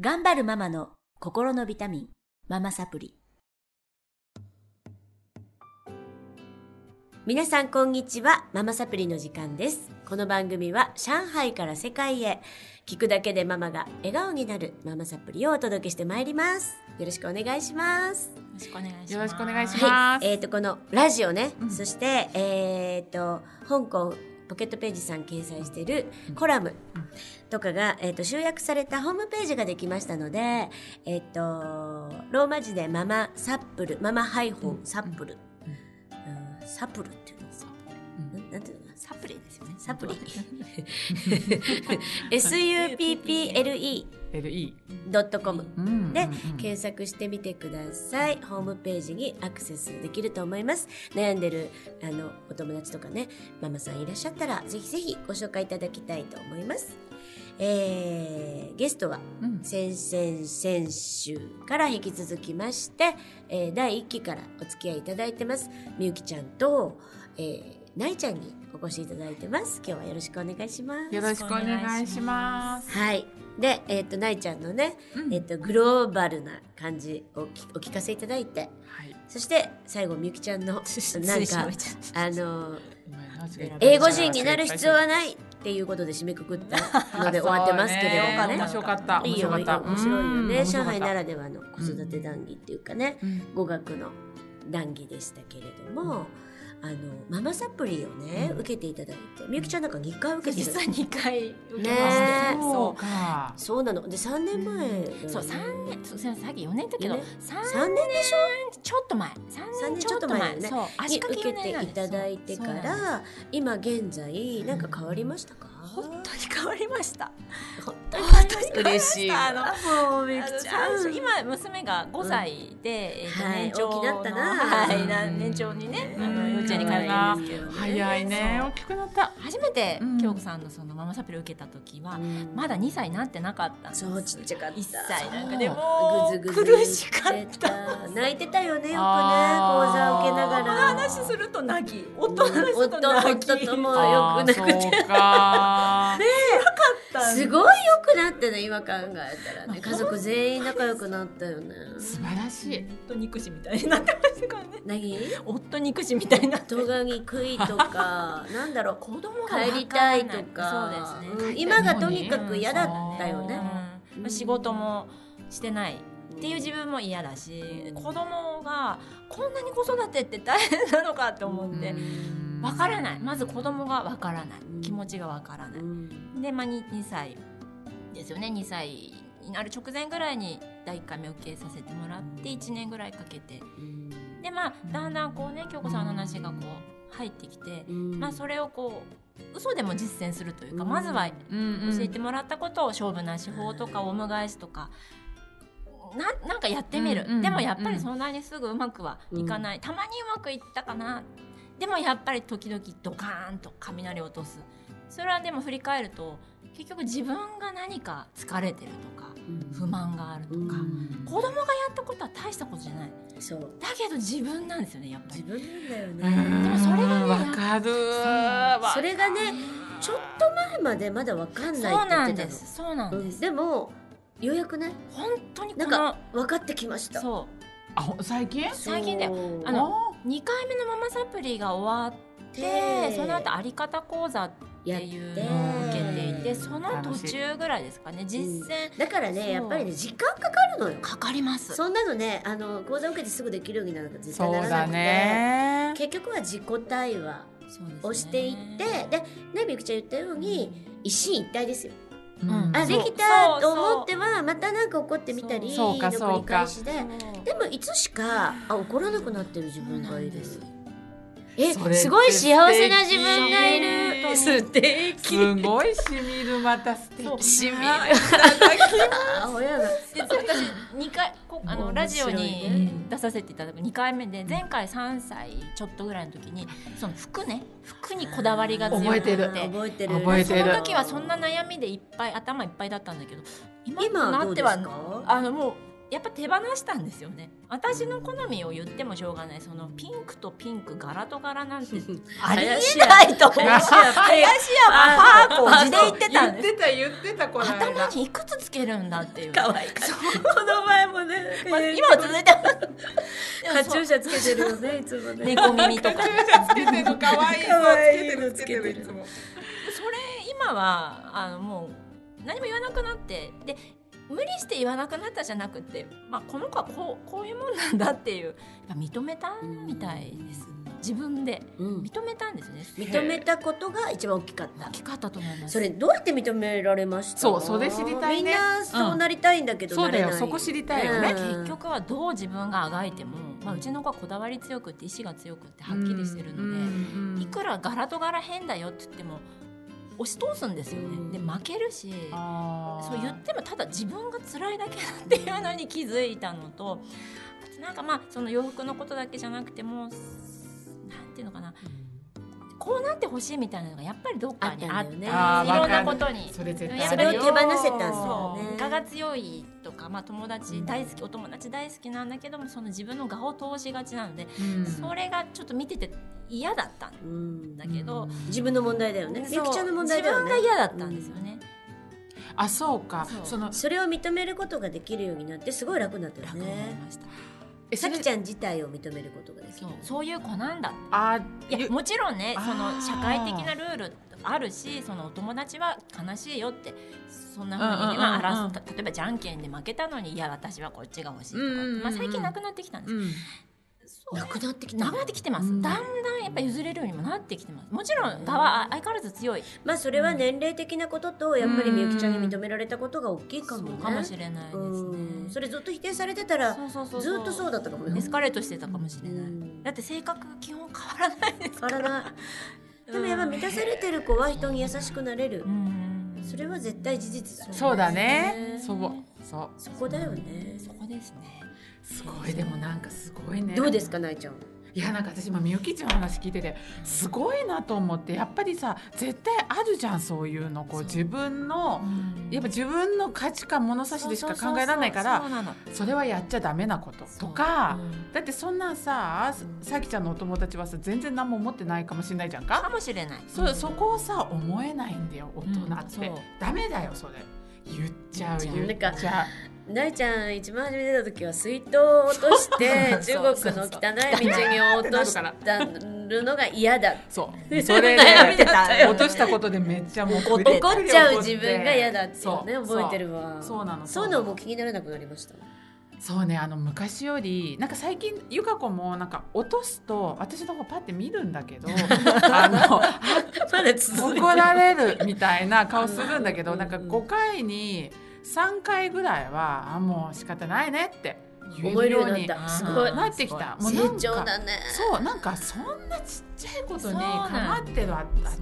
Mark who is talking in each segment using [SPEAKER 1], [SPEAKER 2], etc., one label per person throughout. [SPEAKER 1] 頑張るママの心のビタミン、ママサプリ。皆さんこんにちは、ママサプリの時間です。この番組は上海から世界へ、聞くだけでママが笑顔になるママサプリをお届けしてまいります。よろしくお願いします。
[SPEAKER 2] よろしくお願いします。
[SPEAKER 3] よろしくお願いします
[SPEAKER 1] はい、えっ、とこのラジオね、
[SPEAKER 3] うん
[SPEAKER 1] そしてえっ、と香港ポケットページさん掲載しているコラム
[SPEAKER 3] うん
[SPEAKER 1] とかが、えー、と集約されたホームページができましたので、えっ、とローマ字でママサップル、ママハイホン
[SPEAKER 3] うん
[SPEAKER 1] サップル、
[SPEAKER 3] う
[SPEAKER 1] うんサプルっていうのさ、
[SPEAKER 3] うん
[SPEAKER 1] ななんていうのかな
[SPEAKER 2] サプリですよね。
[SPEAKER 1] サプリ supple.com で
[SPEAKER 3] LE。うんうん
[SPEAKER 1] 検索してみてくださいホームページにアクセスできると思います悩んでるあのお友達とかねママさんいらっしゃったらぜひぜひご紹介いただきたいと思います、えーゲストは
[SPEAKER 3] うん
[SPEAKER 1] 先々先週から引き続きまして、えー第1期からお付き合いいただいてますみゆきちゃんと、えー、ないちゃんにお越しいただいてます今日はよろしくお願いします
[SPEAKER 3] よろしくお願いします。
[SPEAKER 1] はいで、えっとないちゃんのね
[SPEAKER 3] うん
[SPEAKER 1] えっと、グローバルな感じをきお聞かせいただいて
[SPEAKER 3] はい。
[SPEAKER 1] そして最後みゆきちゃん のなんかあの
[SPEAKER 3] ごめんなさい
[SPEAKER 1] 英語人になる必要はないっていうことで締めくくったので終わってますけれど
[SPEAKER 3] そう
[SPEAKER 1] も
[SPEAKER 3] ね
[SPEAKER 1] ね
[SPEAKER 3] 面。白かった。
[SPEAKER 1] い
[SPEAKER 3] 面
[SPEAKER 1] いよ
[SPEAKER 3] 白かった。
[SPEAKER 1] 面白いよね
[SPEAKER 3] うん
[SPEAKER 1] 上海な。
[SPEAKER 3] 面白かっ
[SPEAKER 1] らではの子育て談義っていうかね
[SPEAKER 3] たうん
[SPEAKER 1] 語学の談義でしたけれどもあのママサプリをね
[SPEAKER 3] うん
[SPEAKER 1] 受けていただいてみゆきちゃんなんか2回受けて
[SPEAKER 2] 実
[SPEAKER 1] た
[SPEAKER 2] は2回受けまし
[SPEAKER 1] ね
[SPEAKER 2] て、
[SPEAKER 3] そう
[SPEAKER 2] そ
[SPEAKER 3] か。
[SPEAKER 1] そうなので3年前だよね
[SPEAKER 2] う、そう三年、そうすみません、さっき四年だけ
[SPEAKER 1] ね
[SPEAKER 2] ど、
[SPEAKER 1] 3
[SPEAKER 2] 三
[SPEAKER 1] 年でしょ
[SPEAKER 2] ちょっと前、三年ちょっと
[SPEAKER 1] 三
[SPEAKER 2] 前、
[SPEAKER 1] 年ちょっと前だよね
[SPEAKER 2] そう、
[SPEAKER 1] に
[SPEAKER 2] 足
[SPEAKER 1] 受
[SPEAKER 2] 掛
[SPEAKER 1] け
[SPEAKER 2] け四年
[SPEAKER 1] ていただいてか
[SPEAKER 2] なんです、
[SPEAKER 1] ら今現在なんか変わりましたか、
[SPEAKER 2] そうなんです本当に変わりました。
[SPEAKER 1] 本当に
[SPEAKER 2] 本当に変わりま
[SPEAKER 3] 嬉しい
[SPEAKER 2] した。あの
[SPEAKER 1] もう
[SPEAKER 2] あ
[SPEAKER 1] み
[SPEAKER 2] の最初今娘が5歳で、えっと
[SPEAKER 1] はい
[SPEAKER 2] 年長の
[SPEAKER 1] 大きなったな
[SPEAKER 2] はいな年長にねあの幼稚園に通ってるんですけどね
[SPEAKER 3] 早いね。
[SPEAKER 2] そう
[SPEAKER 3] 大きくなった。
[SPEAKER 2] 初めて
[SPEAKER 3] うん
[SPEAKER 2] 京子さんのそのママサプリを受けた時はまだ2歳になってなかったんです
[SPEAKER 1] そうちっちゃかった
[SPEAKER 2] 1歳なんか
[SPEAKER 3] そう
[SPEAKER 2] でもう
[SPEAKER 1] ぐずぐず
[SPEAKER 2] 苦しかった
[SPEAKER 1] 泣いてたよねよくね講座
[SPEAKER 3] あー
[SPEAKER 1] 受けなが
[SPEAKER 3] こ
[SPEAKER 1] ら
[SPEAKER 3] の
[SPEAKER 2] 話すると泣き夫の話すると泣き
[SPEAKER 1] 夫夫とも
[SPEAKER 3] あー
[SPEAKER 1] よくなくて
[SPEAKER 3] そうか。
[SPEAKER 1] すごい良くなったね今考えたらね家族全員仲良くなったよね
[SPEAKER 3] 素晴らしい。
[SPEAKER 2] 夫憎しみたいになってましたからね
[SPEAKER 1] 何
[SPEAKER 2] 夫憎しみたいになって
[SPEAKER 1] 動画に食いと かなんだろう
[SPEAKER 2] 子供が
[SPEAKER 1] 帰りたいとか
[SPEAKER 2] そうですね
[SPEAKER 1] うん今がとにかく嫌だったよね。
[SPEAKER 2] うん仕事もしてないっていう自分も嫌だし、
[SPEAKER 1] うん
[SPEAKER 2] 子供がこんなに子育てって大変なのかって思っ
[SPEAKER 3] う
[SPEAKER 2] て、
[SPEAKER 3] ん
[SPEAKER 2] わからないまず子供がわからない、
[SPEAKER 1] うん
[SPEAKER 2] 気持ちがわからない、で、まあ、2, 2歳ですよね2歳になる直前ぐらいに第1回目受けさせてもらって1年ぐらいかけてでまあだんだんこうね京子さんの話がこう入ってきて、まあ、それをこう嘘でも実践するというか、
[SPEAKER 1] うん
[SPEAKER 2] まずは
[SPEAKER 3] うんうん
[SPEAKER 2] 教えてもらったことを勝負な手法とかオウム返しとか。ななんかやってみる、
[SPEAKER 3] うんうん
[SPEAKER 2] でもやっぱりそんなにすぐうまくはいかない、たまにうまくいったかなでもやっぱり時々ドカーンと雷を落とすそれはでも振り返ると結局自分が何か疲れてるとか不満があるとか、
[SPEAKER 1] うん
[SPEAKER 2] 子供がやったことは大したことじゃない
[SPEAKER 1] そう
[SPEAKER 2] だけど自分なんですよねやっぱ
[SPEAKER 1] 自
[SPEAKER 2] り
[SPEAKER 1] 分なんだよ
[SPEAKER 3] う
[SPEAKER 1] ね
[SPEAKER 3] ん
[SPEAKER 2] でもそれがね
[SPEAKER 3] わかるわ。
[SPEAKER 1] それがねちょっと前までまだわかんない
[SPEAKER 2] そ
[SPEAKER 1] っ
[SPEAKER 2] う
[SPEAKER 1] て言
[SPEAKER 2] な
[SPEAKER 1] って
[SPEAKER 2] ん
[SPEAKER 1] た
[SPEAKER 2] で
[SPEAKER 1] の
[SPEAKER 2] すそうなん
[SPEAKER 1] う
[SPEAKER 2] で
[SPEAKER 1] ん
[SPEAKER 2] す、
[SPEAKER 1] でもようやくね
[SPEAKER 2] 本当にこ
[SPEAKER 1] なん
[SPEAKER 2] の
[SPEAKER 1] か分かってきました
[SPEAKER 2] そう
[SPEAKER 3] あほ最近？
[SPEAKER 2] 最近だよ
[SPEAKER 1] そう
[SPEAKER 2] あの2回目のママサプリが終わって
[SPEAKER 1] で
[SPEAKER 2] その後あり方講座って
[SPEAKER 1] やっ
[SPEAKER 2] いう
[SPEAKER 1] て
[SPEAKER 2] のを受けていて
[SPEAKER 3] うん
[SPEAKER 2] その途中ぐらいですかね実践
[SPEAKER 1] だから
[SPEAKER 2] そ
[SPEAKER 1] ね
[SPEAKER 2] う
[SPEAKER 1] やっぱりね時間かかるのよ
[SPEAKER 2] かかります
[SPEAKER 1] そんなのねあの講座受けてすぐできるようになると絶対
[SPEAKER 3] そう
[SPEAKER 1] ならな
[SPEAKER 3] だ
[SPEAKER 1] くて、
[SPEAKER 3] ね。
[SPEAKER 1] 結局は自己対話
[SPEAKER 2] そうですね
[SPEAKER 1] をしていってでねみゆきちゃん言ったように一進一退ですよ
[SPEAKER 2] うん
[SPEAKER 1] あ
[SPEAKER 3] そ
[SPEAKER 1] で
[SPEAKER 3] う
[SPEAKER 1] きたと思ってはまたなんか怒ってみたり
[SPEAKER 3] そうそうか
[SPEAKER 1] の
[SPEAKER 3] そ
[SPEAKER 1] 繰
[SPEAKER 3] う
[SPEAKER 1] り
[SPEAKER 3] か
[SPEAKER 1] 返しで
[SPEAKER 2] そう
[SPEAKER 1] でもいつしかあ怒らなくなってる自分がいる
[SPEAKER 2] そうな
[SPEAKER 1] え
[SPEAKER 3] それって
[SPEAKER 1] すごい幸せな自分がいる
[SPEAKER 2] 素
[SPEAKER 1] 敵
[SPEAKER 3] すごいしみるまた素敵
[SPEAKER 1] しみるあ親が
[SPEAKER 2] で私二回こあのラ
[SPEAKER 1] 面
[SPEAKER 2] ジオ
[SPEAKER 1] 白いね
[SPEAKER 2] に出させていただく2回目で前回3歳ちょっとぐらいの時にその服ね服にこだわりが強く
[SPEAKER 3] 覚えてる
[SPEAKER 1] 覚えてる
[SPEAKER 3] 覚えてる
[SPEAKER 2] その時はそんな悩みでいっぱい頭いっぱいだったんだけど今と
[SPEAKER 1] 今は
[SPEAKER 2] な
[SPEAKER 1] ど
[SPEAKER 2] っ
[SPEAKER 1] う
[SPEAKER 2] て
[SPEAKER 1] です
[SPEAKER 2] は
[SPEAKER 1] か
[SPEAKER 2] あのもうやっぱ手放したんですよね私の好みを言ってもしょうがないそのピンクとピンク柄と柄なんてあ
[SPEAKER 1] あ
[SPEAKER 2] り
[SPEAKER 1] り
[SPEAKER 2] え
[SPEAKER 1] え
[SPEAKER 2] な
[SPEAKER 1] ない
[SPEAKER 2] と思う林家はパーコ地で言ってたん
[SPEAKER 3] 言
[SPEAKER 2] で
[SPEAKER 3] っ
[SPEAKER 2] す
[SPEAKER 3] てた言ってたこの間
[SPEAKER 2] 頭にいくつつけるんだっていう、
[SPEAKER 1] 可愛いか この前もね、
[SPEAKER 2] まあ、
[SPEAKER 1] えー
[SPEAKER 2] 今は続いてます
[SPEAKER 1] カチューシャつけてるよねいつもね
[SPEAKER 2] 猫耳とか
[SPEAKER 3] カチューシャつけてるの可愛いの
[SPEAKER 1] 可愛いの
[SPEAKER 3] つけてるつけてるいつも
[SPEAKER 2] それ今はあのもう何も言わなくなってで無理して言わなくなったじゃなくて、まあ、この子はこうこういうもんなんだっていうやっぱ認めたみたいです自分で
[SPEAKER 1] うん
[SPEAKER 2] 認めたんですね
[SPEAKER 1] 認めたことが一番大きかった
[SPEAKER 2] 大きかったと思います
[SPEAKER 1] それどうやって認められました
[SPEAKER 3] そうそれ知りたい
[SPEAKER 1] み
[SPEAKER 3] ね
[SPEAKER 1] んなそうなりたいんだけど、
[SPEAKER 3] そう
[SPEAKER 1] な
[SPEAKER 3] だ
[SPEAKER 1] れ
[SPEAKER 3] よ
[SPEAKER 1] ない
[SPEAKER 3] そこ知りたいよ
[SPEAKER 1] う
[SPEAKER 3] ね
[SPEAKER 1] ん
[SPEAKER 2] 結局はどう自分があがいても、まあ、うちの子はこだわり強くって意志が強くってはっきりしてるので、いくら柄と柄変だよって言っても押し通すんですよ
[SPEAKER 1] うん
[SPEAKER 2] ねで負けるしそう言
[SPEAKER 3] 言
[SPEAKER 2] ってもただ自分が辛いだけだっていうのに気づいたのとあとなんかまあその洋服のことだけじゃなくてもなんていうのかなこうなってほしいみたいなのがやっぱりどっかにあ
[SPEAKER 1] あっ
[SPEAKER 2] っ
[SPEAKER 1] た
[SPEAKER 2] た
[SPEAKER 1] ん
[SPEAKER 2] い
[SPEAKER 1] だよねあー
[SPEAKER 2] ろんな
[SPEAKER 3] わか
[SPEAKER 2] こ
[SPEAKER 3] る
[SPEAKER 2] とに。
[SPEAKER 3] それ絶対
[SPEAKER 2] やっ
[SPEAKER 1] そ
[SPEAKER 2] ぱ
[SPEAKER 1] れ
[SPEAKER 2] り
[SPEAKER 1] を手放せたんですよ
[SPEAKER 2] そ
[SPEAKER 1] ね
[SPEAKER 2] う我が強いとか、まあ、友達大好きお友達大好きなんだけどもその自分の我を通しがちなので、それがちょっと見てて嫌だったん
[SPEAKER 1] うん
[SPEAKER 2] だけど、
[SPEAKER 1] 自分の問題だよね
[SPEAKER 2] そう
[SPEAKER 1] ゆきちゃんの問題だよね
[SPEAKER 2] 自分が嫌だったんですよね、
[SPEAKER 3] あそうか
[SPEAKER 2] そう
[SPEAKER 3] その
[SPEAKER 1] それを認めることができるようになってすごい楽になったよ
[SPEAKER 2] 楽になり
[SPEAKER 1] ね
[SPEAKER 2] ました、
[SPEAKER 3] えそ
[SPEAKER 1] さ
[SPEAKER 3] れ
[SPEAKER 1] きちゃん自体を認めることができ
[SPEAKER 2] そ
[SPEAKER 1] る
[SPEAKER 2] うそういう子なんだって
[SPEAKER 3] あ
[SPEAKER 2] いや
[SPEAKER 3] ゆ
[SPEAKER 2] もちろんね
[SPEAKER 3] あー
[SPEAKER 2] その社会的なルールあるしそのお友達は悲しいよってそんなふうにね、
[SPEAKER 3] うんうんうんうん
[SPEAKER 2] まあ、争った例えばじゃんけんで負けたのにいや私はこっちが欲しいとか、
[SPEAKER 3] うんうんうん
[SPEAKER 2] まあ、最近なくなってきたんです、
[SPEAKER 3] うん
[SPEAKER 2] そう
[SPEAKER 1] なくなってき
[SPEAKER 2] な
[SPEAKER 1] た
[SPEAKER 2] くなってきてます、
[SPEAKER 3] うん
[SPEAKER 2] だんだんやっぱ譲れるようにもなってきてますもちろん側相変わらず強い
[SPEAKER 1] まあそれは年齢的なこととやっぱりみゆきちゃんに認められたことが大きいか
[SPEAKER 2] そう
[SPEAKER 1] もね
[SPEAKER 2] かもしれないですね
[SPEAKER 1] うんそれずっと否定されてたら
[SPEAKER 2] そうそうそう
[SPEAKER 1] ずっとそうだったかもよ
[SPEAKER 2] エスカレートしてたかもしれない、
[SPEAKER 1] うん
[SPEAKER 2] だって性格基本変わらないですから
[SPEAKER 1] 体でもやっぱ満たされてる子は人に優しくなれる
[SPEAKER 2] うん
[SPEAKER 1] それは絶対事実だ
[SPEAKER 3] そうだねそうそう
[SPEAKER 1] そこだよね
[SPEAKER 2] そこですね
[SPEAKER 3] すごいでもなんかすごいね
[SPEAKER 1] どうですかなえちゃん
[SPEAKER 3] いやなんか私今みゆきちゃんの話聞いててすごいなと思ってやっぱりさ絶対あるじゃんそういうのこう
[SPEAKER 2] そう
[SPEAKER 3] 自分のやっぱ自分の価値観物差しでしか考えられないか
[SPEAKER 2] そ
[SPEAKER 3] ら
[SPEAKER 2] うなの
[SPEAKER 3] それはやっちゃダメなこととかだってそんなんささきちゃんのお友達はさ全然何も思ってないかもしれないじゃん
[SPEAKER 2] か
[SPEAKER 3] か
[SPEAKER 2] もしれない
[SPEAKER 3] そそこをさ思えないんだよ大人
[SPEAKER 2] うん
[SPEAKER 3] っ
[SPEAKER 2] そう
[SPEAKER 3] てダメだよそれ言っちゃう
[SPEAKER 1] 言っちゃう
[SPEAKER 3] 言っちゃ
[SPEAKER 1] なえちゃん一番初め出た時は水筒を落として
[SPEAKER 2] そう
[SPEAKER 1] 中国の汚い道に落としたるのが嫌だ
[SPEAKER 3] う そうそれで
[SPEAKER 2] 悩んでた
[SPEAKER 3] 落としたことでめっちゃもう
[SPEAKER 2] 怒って
[SPEAKER 1] 怒っちゃう自分が嫌だっていうね
[SPEAKER 3] そう
[SPEAKER 1] 覚えてるわ
[SPEAKER 3] そうなの
[SPEAKER 1] そういうのもう気にならなくなりました
[SPEAKER 3] そうねあの昔よりなんか最近ゆか子もなんか落とすと私の方パッて見るんだ けどあの
[SPEAKER 1] まだ続
[SPEAKER 3] 怒られるみたいな顔するんだけ
[SPEAKER 1] う
[SPEAKER 3] ど
[SPEAKER 1] ん
[SPEAKER 3] なんか5回に3回ぐらいはあもう仕方ないねって言えるように
[SPEAKER 1] 思えるようになったす
[SPEAKER 2] ごい
[SPEAKER 3] なってきたもうな
[SPEAKER 1] 成
[SPEAKER 3] ん
[SPEAKER 1] 長
[SPEAKER 3] か
[SPEAKER 1] だね
[SPEAKER 3] そうなんかそんなちっちゃいことに
[SPEAKER 2] そうな
[SPEAKER 3] 構
[SPEAKER 2] ん
[SPEAKER 3] ってるわ
[SPEAKER 2] そう
[SPEAKER 3] 私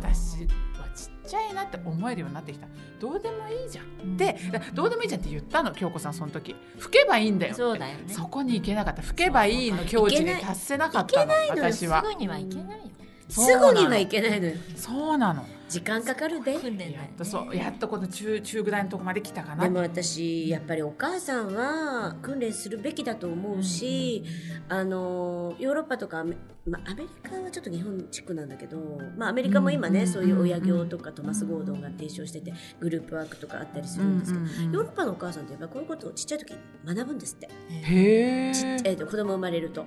[SPEAKER 3] はちっちゃいなって思えるようになってきたどうでもいいじゃんでだどうでもいいじゃんって言ったの京子さんその時吹けばいいんだよって
[SPEAKER 2] そうだよね
[SPEAKER 3] そこに行けなかった吹けばいいの境地で達せなかったの私は
[SPEAKER 2] すぐにはいけないよ
[SPEAKER 1] すぐにはいけないのよ
[SPEAKER 3] そうなの
[SPEAKER 1] 時間かかるで
[SPEAKER 2] 訓練だよね
[SPEAKER 3] やっとそうやっとこの中中ぐらいのとこまで来たかな
[SPEAKER 1] でも私やっぱりお母さんは訓練するべきだと思うし、あのヨーロッパとかアメ,、まあ、アメリカはちょっと日本地区なんだけど、まあ、アメリカも今ね、
[SPEAKER 3] うん
[SPEAKER 1] そういう親業とかトマス・ゴードンが提唱しててグループワークとかあったりするんですけど、ヨーロッパのお母さんってやっぱこういうことをちっちゃい時に学ぶんですって、
[SPEAKER 3] へえ
[SPEAKER 1] ちっちゃいと子供生まれると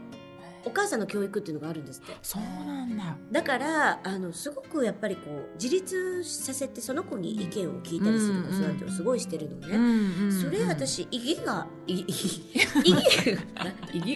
[SPEAKER 1] お母さんの教育っていうのがあるんですって
[SPEAKER 3] そうなんだ
[SPEAKER 1] だからあのすごくやっぱりこう自立させてその子に意見を聞いたりする子育てをすごいしてるのね、それ私意義が いい意義が意義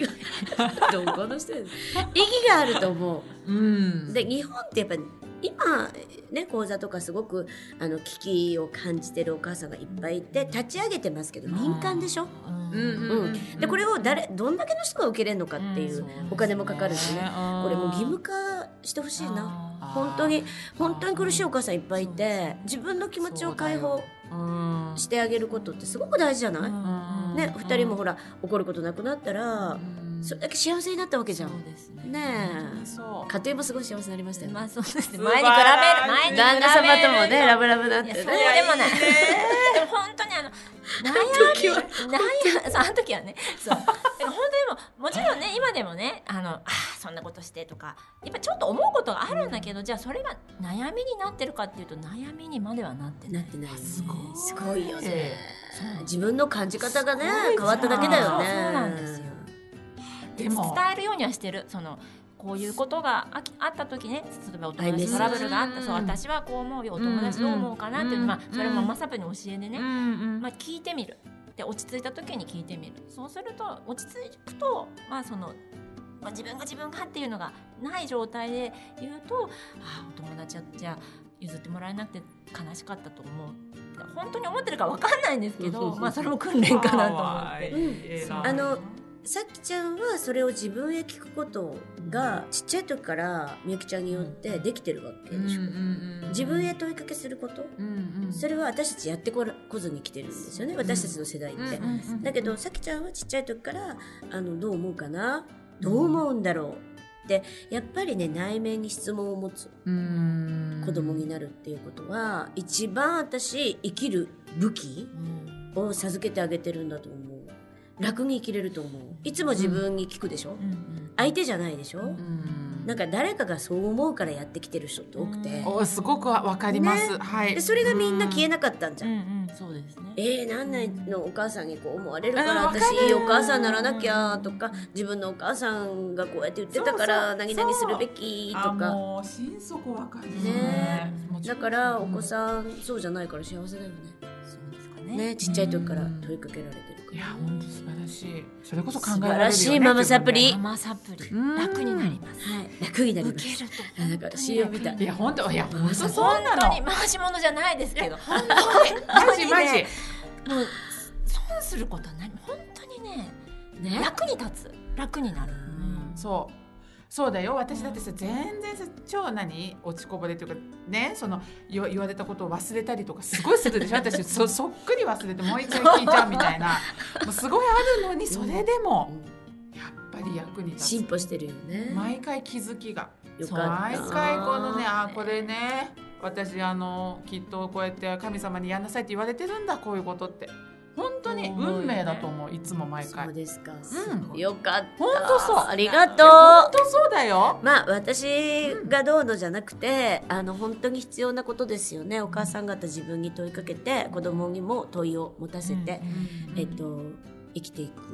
[SPEAKER 1] がどこの人 やねん意義があると思
[SPEAKER 3] うん
[SPEAKER 1] うで日本ってやっぱ今ね講座とかすごくあの危機を感じてるお母さんがいっぱいいて立ち上げてますけど民間でしょ
[SPEAKER 2] う
[SPEAKER 3] う
[SPEAKER 2] ん
[SPEAKER 3] んうん
[SPEAKER 1] うんでこれを誰どんだけの人が受けれるのかっていう
[SPEAKER 2] うんそうですね
[SPEAKER 1] お金もかかるしねこれもう義務
[SPEAKER 3] 化
[SPEAKER 1] 化してほしいな
[SPEAKER 2] あ
[SPEAKER 1] 本当に本当に苦しいお母さんいっぱいいて自分の気持ちを解放
[SPEAKER 3] うん
[SPEAKER 1] してあげることってすごく大事じゃない、
[SPEAKER 2] ー
[SPEAKER 1] ね、
[SPEAKER 2] うん
[SPEAKER 1] 2人もほら怒ることなくなったら、それだけ幸せになったわけじゃ
[SPEAKER 2] そうんですね
[SPEAKER 1] ね
[SPEAKER 3] そう
[SPEAKER 1] え家庭もすごい幸せになりましたよ、
[SPEAKER 2] まあそうですね
[SPEAKER 3] 素晴らし
[SPEAKER 2] 前
[SPEAKER 3] い
[SPEAKER 2] に比べる前に比べる
[SPEAKER 1] 旦那様ともねラブラブになっ
[SPEAKER 2] い
[SPEAKER 1] てね
[SPEAKER 2] やそうでもないでも本当にあの悩み悩みさあの時はねそうでも本当にも今でもねあのあーそんなことしてとかやっぱちょっと思うことがあるんだけど、じゃあそれが悩みになってるかっていうと悩みにまではなってな。
[SPEAKER 1] ないってないよね
[SPEAKER 3] すごい
[SPEAKER 1] すごいよね
[SPEAKER 2] そう
[SPEAKER 1] 自分の感じ方がね
[SPEAKER 3] すごいじゃん
[SPEAKER 1] 変わっただけだよね
[SPEAKER 2] そうなんですよ
[SPEAKER 3] でも
[SPEAKER 2] 伝えるようにはしてるそのこういうことがあきあった時ね例えばお友達とトラブルがあっ
[SPEAKER 3] う
[SPEAKER 2] た
[SPEAKER 3] ん
[SPEAKER 2] そう私はこう思うよお友達どう思うかなっていうう、
[SPEAKER 3] ん
[SPEAKER 2] まあ、それも
[SPEAKER 3] うん
[SPEAKER 2] まさぷに教えでね、
[SPEAKER 3] うん
[SPEAKER 2] まあ、聞いてみるで落ち着いた時に聞いてみるそうすると落ち着くと、まあそのまあ、自分が自分がっていうのがない状態で言うとああお友達はじゃあ譲ってもらえなくて悲しかったと思う本当に思ってるか分かんないんですけ
[SPEAKER 1] そうそう
[SPEAKER 2] ど
[SPEAKER 1] そう
[SPEAKER 2] まあそれも訓練かなと思っ
[SPEAKER 3] わ
[SPEAKER 2] て。
[SPEAKER 3] ーいいな
[SPEAKER 1] あのさきちゃんはそれを自分へ聞くことがちっちゃい時からみゆきちゃんによってできてるわけでしょ、自分へ問いかけすること
[SPEAKER 3] うんうん
[SPEAKER 1] それは私たちやってこらこずに来てるんですよね
[SPEAKER 3] うん
[SPEAKER 1] 私たちの世代って、
[SPEAKER 3] うんうんうん
[SPEAKER 1] だけどさきちゃんはちっちゃい時からあのどう思うかなどう思うんだろうってやっぱりね内面に質問を持つ
[SPEAKER 3] うん
[SPEAKER 1] 子供に
[SPEAKER 3] な
[SPEAKER 1] なるっていうことは一番私生きる武器
[SPEAKER 2] うん
[SPEAKER 1] を授けてあげてるんだと思う楽に生きれると思ういつも自分に聞くでしょ、
[SPEAKER 2] うん
[SPEAKER 1] 相手じゃないでしょ、
[SPEAKER 3] うん
[SPEAKER 1] なんか誰かがそう思うからやってきてる人って多くて、
[SPEAKER 3] おすごくわかります、はい
[SPEAKER 1] でそれがみんな消え
[SPEAKER 3] な
[SPEAKER 1] なかったんじゃん
[SPEAKER 2] う、んうんそうですね。
[SPEAKER 1] えー、何年のお母さんにこう思われるから
[SPEAKER 3] うん
[SPEAKER 1] 私
[SPEAKER 3] わかる
[SPEAKER 1] いいお母さんにならなきゃとか自分のお母さんがこうやって言ってたか
[SPEAKER 3] そ
[SPEAKER 1] ら
[SPEAKER 3] うそう
[SPEAKER 1] 何々するべきと
[SPEAKER 3] あ
[SPEAKER 1] か
[SPEAKER 3] もう心底わかる
[SPEAKER 1] ね
[SPEAKER 3] もちろ
[SPEAKER 1] だ
[SPEAKER 3] ん
[SPEAKER 1] からお子さんそうじゃないから幸せだよ
[SPEAKER 2] そうですか
[SPEAKER 1] ね
[SPEAKER 2] ね。
[SPEAKER 1] ねちっちゃい時から問いかけられてるから
[SPEAKER 3] いや本当素晴らしいそれこそ考えられるよね
[SPEAKER 1] 素晴らしいママサプリ
[SPEAKER 3] 自
[SPEAKER 2] ママサプリ
[SPEAKER 3] うん
[SPEAKER 2] 楽になります。
[SPEAKER 1] はい楽になりま
[SPEAKER 2] 受
[SPEAKER 1] す
[SPEAKER 2] けると
[SPEAKER 1] あなんか CM みたい
[SPEAKER 3] 分でいや本当いや本当そう
[SPEAKER 2] 本
[SPEAKER 3] な
[SPEAKER 2] 当
[SPEAKER 3] の
[SPEAKER 2] に回し物じゃないですけど、本
[SPEAKER 3] マ
[SPEAKER 2] 当
[SPEAKER 3] ジ
[SPEAKER 2] に
[SPEAKER 3] マジ
[SPEAKER 2] ね、もう損することは何も本当にね
[SPEAKER 1] ね
[SPEAKER 2] 楽に立つ楽になる。
[SPEAKER 3] そうそうだよ私だってさ全然さ超何落ちこぼれというかねその言わ言われたことを忘れたりとかすごいするでしょ私そ そっくり忘れてもう一回聞いちゃうみたいなもうすごいあるのにそれでもやっぱり役に立
[SPEAKER 1] 進
[SPEAKER 3] つ
[SPEAKER 1] 歩してるよね
[SPEAKER 3] 毎回気づきが
[SPEAKER 1] よかった
[SPEAKER 3] 毎回このねあーこれね私あのきっとこうやって神様にやんなさいって言われてるんだこういうことって本当に運命だと思ういつも毎
[SPEAKER 1] そ
[SPEAKER 3] 回
[SPEAKER 1] うですか、
[SPEAKER 3] うん
[SPEAKER 1] よかった
[SPEAKER 3] 本当そう
[SPEAKER 1] ありが
[SPEAKER 3] いや本
[SPEAKER 1] と
[SPEAKER 3] 当そうだよ
[SPEAKER 1] うまあ私がどうのじゃなくて、あの本当に必要なことですよねお母さん方自分に問いかけて子供にも問いを持たせて、えっと生きていくっ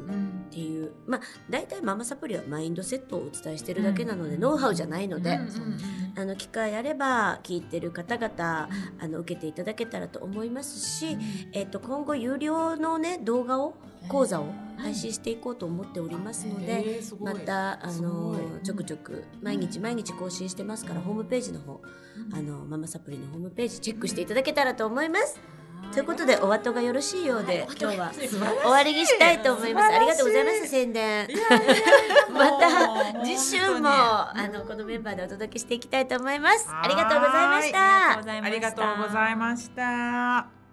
[SPEAKER 1] ていうまあ大体ママサプリはマインドセットをお伝えしてるだけなので、
[SPEAKER 2] うん
[SPEAKER 1] ノウハウじゃないので、
[SPEAKER 3] うん
[SPEAKER 2] そうですね
[SPEAKER 1] あの機会あれば聞いてる方々あの受けていただけたらと思いますし、えっと今後有料のね動画を講座を配信していこうと思っておりますので、
[SPEAKER 3] えーすごい
[SPEAKER 1] またあ
[SPEAKER 3] すご
[SPEAKER 1] の
[SPEAKER 3] い
[SPEAKER 1] ちょくちょく毎日毎日更新してますから、ホームページの方、あのママサプリのホームページチェックしていただけたらと思います。ということでお後がよろしいようで今日は
[SPEAKER 3] 素晴らしい
[SPEAKER 1] 終わりにしたいと思います。
[SPEAKER 3] 素晴らしい
[SPEAKER 1] ありがとうございます宣伝。 ま
[SPEAKER 3] も
[SPEAKER 1] た
[SPEAKER 3] う
[SPEAKER 1] 次週も
[SPEAKER 3] 本
[SPEAKER 1] あのこのメンバーでお届けしていきたいと思います。
[SPEAKER 3] 当に
[SPEAKER 1] ありがとうございました。
[SPEAKER 2] ありがとうございました
[SPEAKER 3] ありがとうございました